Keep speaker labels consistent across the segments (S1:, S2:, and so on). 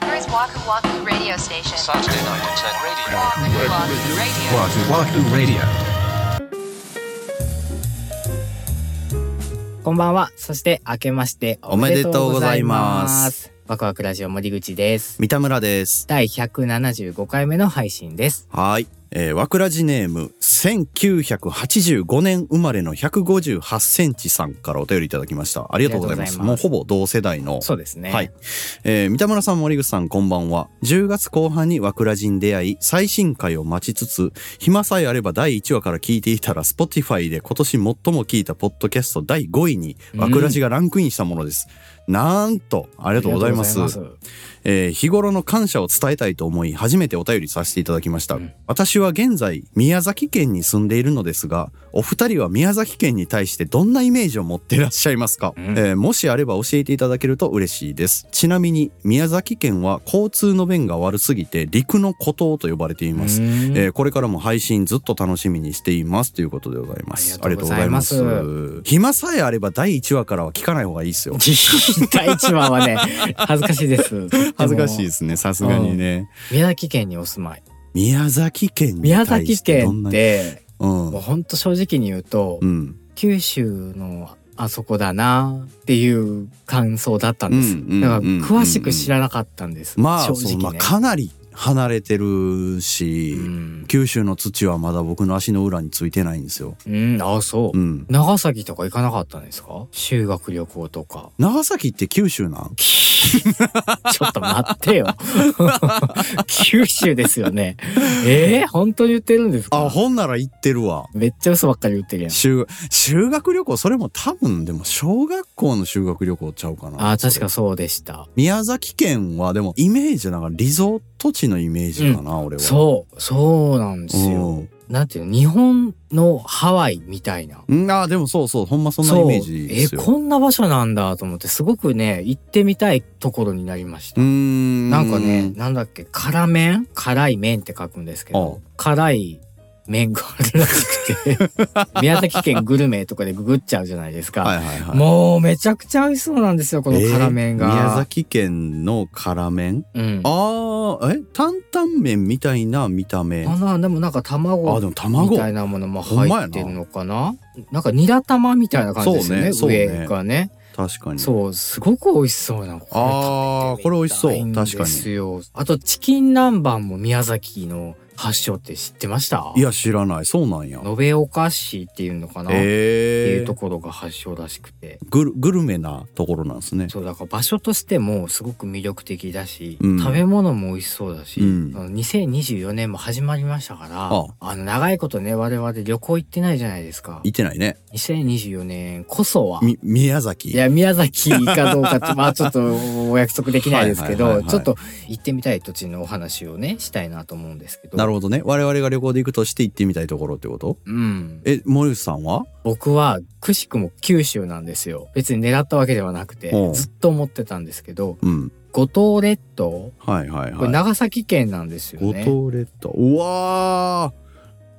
S1: Waku Waku Radio Station.
S2: Saturday night at 10 radio.
S1: Waku Waku
S3: Wahoo
S1: Radio.
S3: Wahoo Radio.
S4: こんばんは。そして、明けましておめでとうございます。ワクワクラジオ森口です。
S5: 三田村です。
S4: 第175回目の配信です。
S5: はい。えー、わくらじネーム、1985年生まれの158センチさんからお便りいただきました。ありがとうございます。
S4: ありがと
S5: も
S4: うござい
S5: うほぼ同世代の。
S4: そうですね。
S5: はい。。えー、三田村さん、森口さん、こんばんは。10月後半にわくらじに出会い、最新回を待ちつつ、暇さえあれば第1話から聞いていたら、Spotify で今年最も聞いたポッドキャスト第5位に、わくらじがランクインしたものです。なんと、あり
S4: あ
S5: がとうございます。
S4: りがとうございます
S5: えー日頃の感謝を伝えたいと思い初めてお便りさせていただきました、私は現在宮崎県に住んでいるのですがお二人は宮崎県に対してどんなイメージを持っていらっしゃいますか、えーもしあれば教えていただけると嬉しいですちなみに宮崎県は交通の便が悪すぎて陸の孤島と呼ばれています、えーこれからも配信ずっと楽しみにしていますということでございます
S4: ありがとうございます
S5: ありがとうございます暇さえあれば第1話からは聞かない方がいいですよ
S4: 第一話はね、恥ずかしいです。。
S5: 恥ずかしいですすねさすがにね、
S4: 宮崎県にお住まい。
S5: 宮崎県に
S4: 宮
S5: 対
S4: 崎
S5: してどん
S4: 県
S5: な
S4: って、
S5: うん
S4: もうほんと正直に言うと、
S5: うん
S4: 九州のあそこだなっていう感想だったんです。
S5: うんうんうんうん
S4: だから詳しく知らなかったんです。
S5: まあ
S4: 正
S5: そう
S4: 直
S5: まあ
S4: ね。
S5: かなり離れてるし、
S4: うん
S5: 九州の土はまだ僕の足の裏についてないんですよ、
S4: うん、あ、そう
S5: う。ん、。
S4: 長崎とか行かなかったんですか修学旅行とか
S5: 長崎って九州なん
S4: ちょっと待ってよ。 九州ですよね。えー、本当に言ってるんです
S5: あ
S4: か
S5: ほんなら行ってるわ
S4: めっちゃ嘘ばっかり言ってるやん。
S5: 修修学旅行それも多分でも小学校の修学旅行ちゃうかな
S4: あ、確か
S5: それ
S4: そうでした。
S5: 宮崎県はでもイメージだからリゾート地のイメージかな、俺は
S4: そう、そうなんですよ。なんていうの、日本のハワイみたいな。
S5: うん、あでもそうそうほんまそんなイメージですよ
S4: そうえ、こんな場所なんだと思って、すごくね、行ってみたいところになりました。
S5: うーん
S4: なんかね、なんだっけ、辛麺辛い麺って書くんですけど、辛い麺があるらし くて、宮崎県グルメとかでググっちゃうじゃないですか。
S5: はいはいはい
S4: もうめちゃくちゃ美味しそうなんですよ、この辛麺が。
S5: えー宮崎県の辛麺
S4: うん。
S5: ああえ担々麺みたいな見た目
S4: あ
S5: あ
S4: なでもなんか卵
S5: でも卵
S4: みたいなものも入ってるのかななんかニラ玉みたいな感じですよね
S5: そうねそうね
S4: 上がね
S5: 確かに
S4: そうすごく美味しそうなこれ
S5: あーこれ美味しそう
S4: 食べてみたいん
S5: 確か
S4: です
S5: に
S4: よあとチキン南蛮も宮崎の発祥って知ってました
S5: いや知らないそうなんや
S4: 延岡市っていうのかな、ってい
S5: え
S4: う
S5: ー
S4: と、ころが発祥らしくて
S5: グルグルメなところなんですね
S4: そうだから場所としてもすごく魅力的だし、
S5: うん
S4: 食べ物も美味しそうだし、
S5: うん
S4: あの2024年も始まりましたから
S5: あ
S4: の長いことね我々旅行行ってないじゃないですか
S5: 行ってないね
S4: 2024年こそは
S5: み宮崎
S4: いや宮崎かどうか ってまあちょっとお約束できないですけ
S5: はいは
S4: ど
S5: いはいはい
S4: ちょっと行ってみたい土地のお話をねしたいなと思うんですけど
S5: なるほどね我々が旅行で行くとして行ってみたいところってこと
S4: うん、
S5: え森内さんは
S4: 僕はくしくも九州なんですよ別に狙ったわけではなくて
S5: おう
S4: ずっと思ってたんですけど
S5: うん
S4: 五島列島
S5: はいはい
S4: これ
S5: はい
S4: 長崎県なんですよ
S5: 五
S4: ね。
S5: 島列島うわ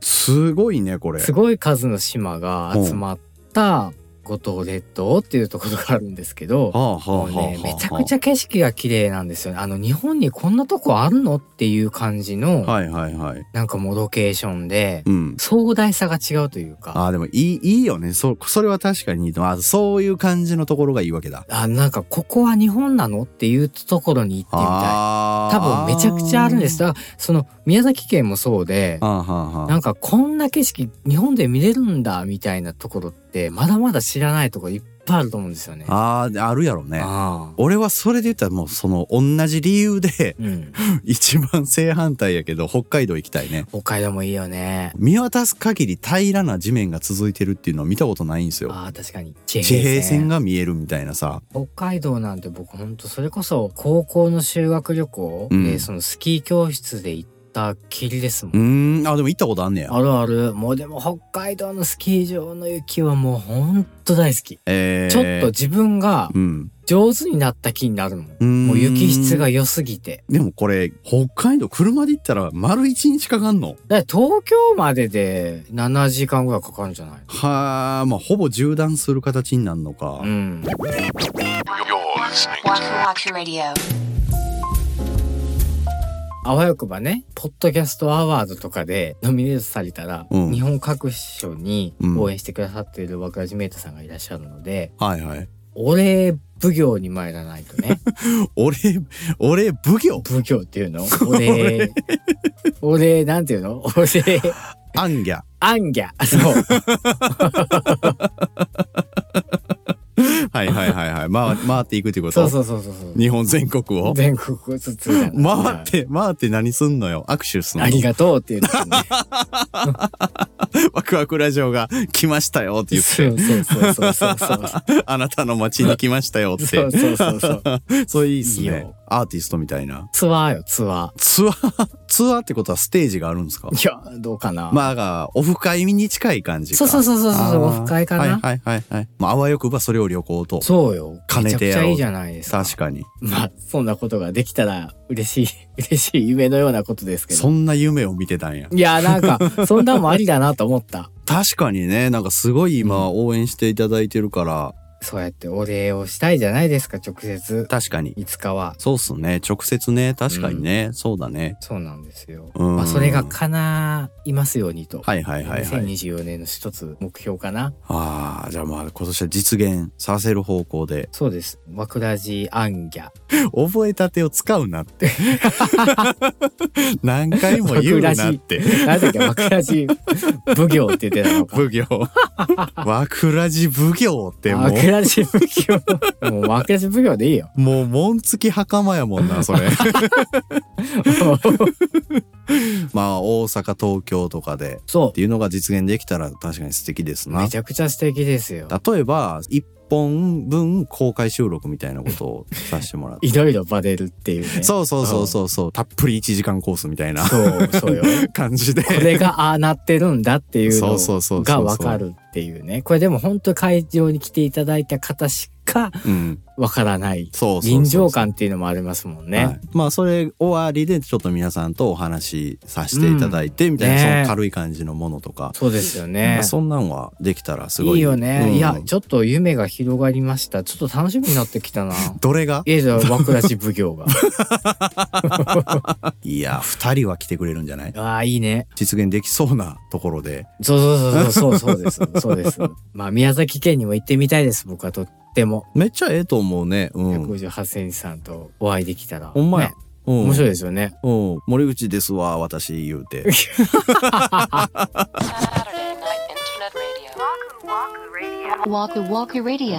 S5: ーすごいねこれ
S4: すごい数の島が集まった五島列島っていうところがあるんですけど、
S5: はあはあ
S4: も
S5: は
S4: う
S5: あ
S4: ね、めちゃくち
S5: ゃ
S4: ゃ景色が綺麗なんですよね。あの日本にこんなとこあるのっていう感じの、
S5: はいはいはい
S4: なんかもうロケーションで、
S5: うん
S4: 壮大さが違うというか、
S5: ああ、でもいい、いいよね。そ、それは確かにいいと思う。あそういう感じのところがいいわけだ。
S4: あなんかここは日本なのっていうところに行ってみたい。
S5: あ
S4: 多分めちゃくちゃあるんです。
S5: あ
S4: だからその宮崎県もそうで
S5: ー、はあはあ
S4: なんかこんな景色日本で見れるんだみたいなところってまだまだ知らないところいっぱいあると思うんですよね。
S5: あー、あるやろね。
S4: ああ
S5: 俺はそれで言ったらもうその同じ理由で
S4: うん、
S5: 一番正反対やけど北海道行きたいね。
S4: 北海道もいいよね。
S5: 見渡す限り平らな地面が続いてるっていうのは見たことないんですよ。
S4: ああ確かに地
S5: 地平線が見えるみたいなさ。
S4: 北海道なんて僕ほんとそれこそ高校の修学旅行で、
S5: うん
S4: そのスキー教室で行ったきりですもん。
S5: うーん、あ、でも行ったことあんねや。
S4: あるあるもうでも北海道のスキー場の雪はもうほんと大好き、
S5: えー、
S4: ちょっと自分が
S5: うん。
S4: 上手になった気になるもん、
S5: うーん
S4: もう雪質が良すぎて
S5: でもこれ北海道車で行ったら丸一日かかんの
S4: だから東京までで7時間ぐらいかかるんじゃない
S5: はあまあほぼ縦断する形になるのか、
S4: うん
S2: You're listening to
S1: Waku Waku Radio.
S4: あわよくばねポッドキャストアワードとかでノミネートされたら、
S5: うん
S4: 日本各所に
S5: うん
S4: 応援してくださっている若ジメイトさんがいらっしゃるので、
S5: はいはい。
S4: お礼奉行に参らないと ね
S5: 俺、俺、奉行
S4: 奉行っていうのお礼お礼なんていうのお礼
S5: アンギャ。
S4: あんぎゃそう
S5: はいはいはいはい。回回っていくってこと
S4: そうそうそうそうそう
S5: 日本全国を
S4: 全国をつつ回
S5: 回って、回って何すんのよ握手すんの
S4: ありがとうって言ってね
S5: ワクワクラジオが来ましたよって言
S4: そ
S5: っ
S4: うそうそうそうそうそう
S5: て、 あなたの街に来ましたよって。
S4: そうそうそうそう
S5: そういいっす
S4: いい
S5: ね
S4: よ。
S5: アーティストみたいな。
S4: ツアーよツア
S5: ツアー、ツアーってことはステージがあるんですか
S4: ーいやどうかな
S5: まあ、がオフ会に近い感じか。
S4: そうそうそうそう
S5: あ
S4: そう
S5: ー
S4: オフ会かな、
S5: はいはいはいはい。まあ、あわよくばそれを旅行と。
S4: そうよ
S5: 兼ねてやろ
S4: めちゃくち
S5: う
S4: ゃいいじゃないですか
S5: 確かに。
S4: まあそんなことができたら嬉しい 嬉しい夢のようなことですけ
S5: そ
S4: ど
S5: んな夢を見てたんや。
S4: いやなんかそんなんもありだなと思った
S5: 確かにね、なんかすごい今応援していただいてるから、
S4: そうやってお礼をしたいじゃないですか直接
S5: 確かに。
S4: いつかは
S5: そうっすね。直接ね、確かにね、そうだね。
S4: そうなんですよ
S5: うん
S4: まあそれが叶いますようにと
S5: はいはいはいはい。
S4: 2024年の一つ目標かな
S5: ああ、じゃあまあ今年は実現させる方向で。
S4: そうです「わくらじあんぎゃ」
S5: 覚えたてを使う なって。何回も言うなって。
S4: 何だっけ「わくらじ奉行」って言って たのか
S5: 奉 行。わくらじ奉行っても
S4: わくらじ奉 行もうわくらじ奉行でいいよ
S5: う、もう門付き袴やもんな、それ。まあ大阪、東京とかで。
S4: そ
S5: っていうのが実現できたら確かに素敵です
S4: う
S5: な
S4: めち。ゃくちゃ素敵ですよ
S5: 例えば、一本分公開収録みたいなことをさせてもらっ て。
S4: いろいろバレるっていうね
S5: そうそうそうそうそう、たっぷり1時間コースみたいな
S4: そうそうよ
S5: 感じで。
S4: これがああなってるんだっていう
S5: そうそうそ
S4: の
S5: うそうそ
S4: が
S5: う
S4: わかるっていうねこれでも本当会場に来ていただいた方しか
S5: うん。
S4: わからない
S5: そうそうそうそう
S4: 臨場感っていうのもありますもんね、
S5: はいまあそれ終わりでちょっと皆さんとお話しさせていただいてみたいな、
S4: うんね
S5: その軽い感じのものとか、
S4: そうですよね
S5: まあそんなんはできたらすご
S4: い
S5: い
S4: いよね、
S5: うん
S4: いやちょっと夢が広がりましたちょっと楽しみになってきたな
S5: どれが
S4: いやじゃあわくらし奉 行が
S5: いや2人は来てくれるんじゃない
S4: ああいいね
S5: 実現できそうなところで
S4: そうそうそうそうそうですそうですまあ宮崎県にも行ってみたいです僕はとっても
S5: めっちゃええと思うねうん
S4: 158センチさんとお会いできたら、
S5: ほんまや、
S4: ね
S5: うん、
S4: 面白い
S5: い、
S4: ですよね
S5: うん、森口ですわ私言うて
S1: Saturday Night Internet Radio. Waku Waku Radio.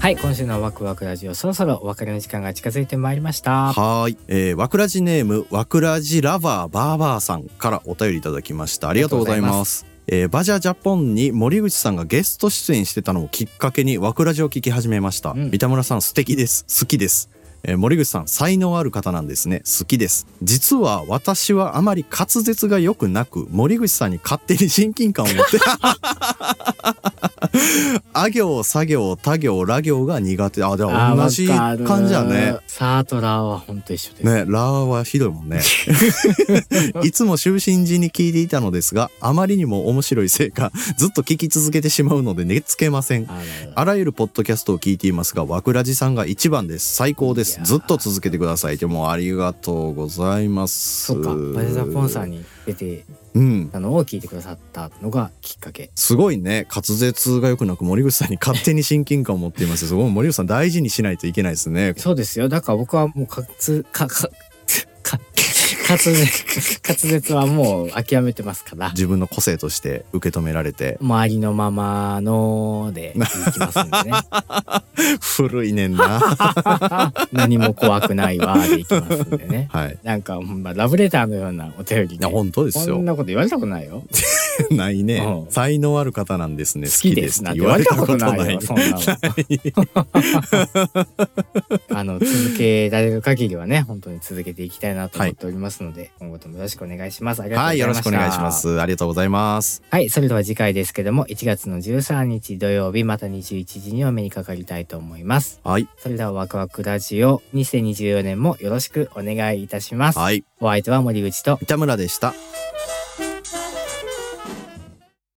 S4: はい今週のワクワクラジオそろそろお別れの時間が近づいてまいりました
S5: はーい、えー、わくらじネームわくらじラバーバーバーさんからお便りいただきましたありがとうございますえーバジャジャポンに森口さんがゲスト出演してたのをきっかけにわくらじを聞き始めました、
S4: うん
S5: 三田村さん素敵です好きですえー森口さん才能ある方なんですね好きです実は私はあまり滑舌が良くなく森口さんに勝手に親近感を持 ってあ行作業他行ら行が苦手あでも
S4: あー
S5: 同じ
S4: わかる
S5: 感じやね
S4: サートラーは本当一緒です、
S5: ね、ラーはひどいも んね。いつも就寝時に聞いていたのですが、あまりにも面白いせいか、ずっと聞き続けてしまうので寝つけません。
S4: あら
S5: あらゆるポッドキャストを聞いていますが、わくらじさんが一番です。最高で
S4: い
S5: す。
S4: やー
S5: ずっと続けてください。でもありがとうございます。
S4: そうかバジャジャポンさん
S5: に。
S4: に出て
S5: うん。
S4: たのを聞いてくださったのがきっかけ
S5: すごいね。滑舌が良くなく森口さんに勝手に親近感を持っています。すごい。森口さん大事にしないといけないですね。
S4: そうですよだから僕はもうかつかかか 滑舌滑舌はもう諦めてますから
S5: 自分の個性として受け止めら れて。
S4: 周りのままのでいきますんでね
S5: 古いねんな。
S4: 何も怖くないわでいきますんでね
S5: はい。
S4: なんか、ほんまラブレターのようなお便り
S5: いや、
S4: ね
S5: 本当です
S4: こ
S5: よ
S4: ん。なこと言われたことないよ。
S5: ないね
S4: う。ん
S5: 才能ある方なんですね。
S4: 好きですなんて言われたことないよ。そん なの。 あの続けられる限りはね、本当に続けていきたいなと思っておりますので、今後ともよろしくお願いします。ありがとうご
S5: は
S4: ざ
S5: い、
S4: い
S5: よろ
S4: ま
S5: し
S4: し
S5: く
S4: た。
S5: お願いしま。す。ありがとうございます。
S4: はい、それでは次回ですけども、1月の13日土曜日また21時にお目にかかりたいと思います。
S5: はい、
S4: それではワクワクラジオ2024年もよろしくお願いいたします。
S5: はい、
S4: お相手は森口と
S5: 三田村でした。
S1: Waku